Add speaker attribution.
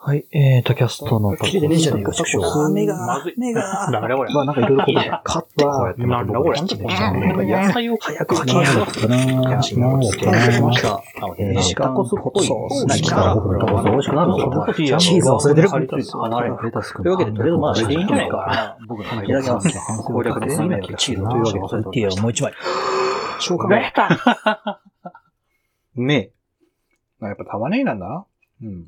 Speaker 1: はい、えーと、キャストのタコ
Speaker 2: 切れてねえじゃねえか
Speaker 1: タコ
Speaker 2: 縮小
Speaker 1: タコ
Speaker 3: あー、目
Speaker 2: ま
Speaker 3: が
Speaker 2: ずい、
Speaker 3: 目が。
Speaker 2: なんだこれ。
Speaker 1: まあ、なんかいろいろこう、カットこうやって
Speaker 2: なんだこれ。
Speaker 1: ちょっとこう
Speaker 2: 野菜を早く
Speaker 1: 書きやがったな
Speaker 2: や
Speaker 1: ぁ。なんだっけな
Speaker 2: しま
Speaker 1: ぁ。
Speaker 2: した。
Speaker 1: えー、シカコスっぽいソース。
Speaker 2: なんか
Speaker 1: 美味しくなるぞ。
Speaker 2: チーズ忘れてる
Speaker 1: 離れレタス君。
Speaker 2: というわけで、とりあえずまあ、していいんじゃない
Speaker 1: か。
Speaker 2: か。
Speaker 1: 僕の
Speaker 2: いただきます
Speaker 1: 攻略できないけど
Speaker 2: チーズ
Speaker 1: な
Speaker 2: というわけで
Speaker 1: 忘れて
Speaker 3: い
Speaker 1: る
Speaker 3: や、もう一枚。
Speaker 2: 消化
Speaker 4: 出
Speaker 2: が。
Speaker 4: た
Speaker 2: ねえ。あやっぱ玉ねぎなんだな。うん。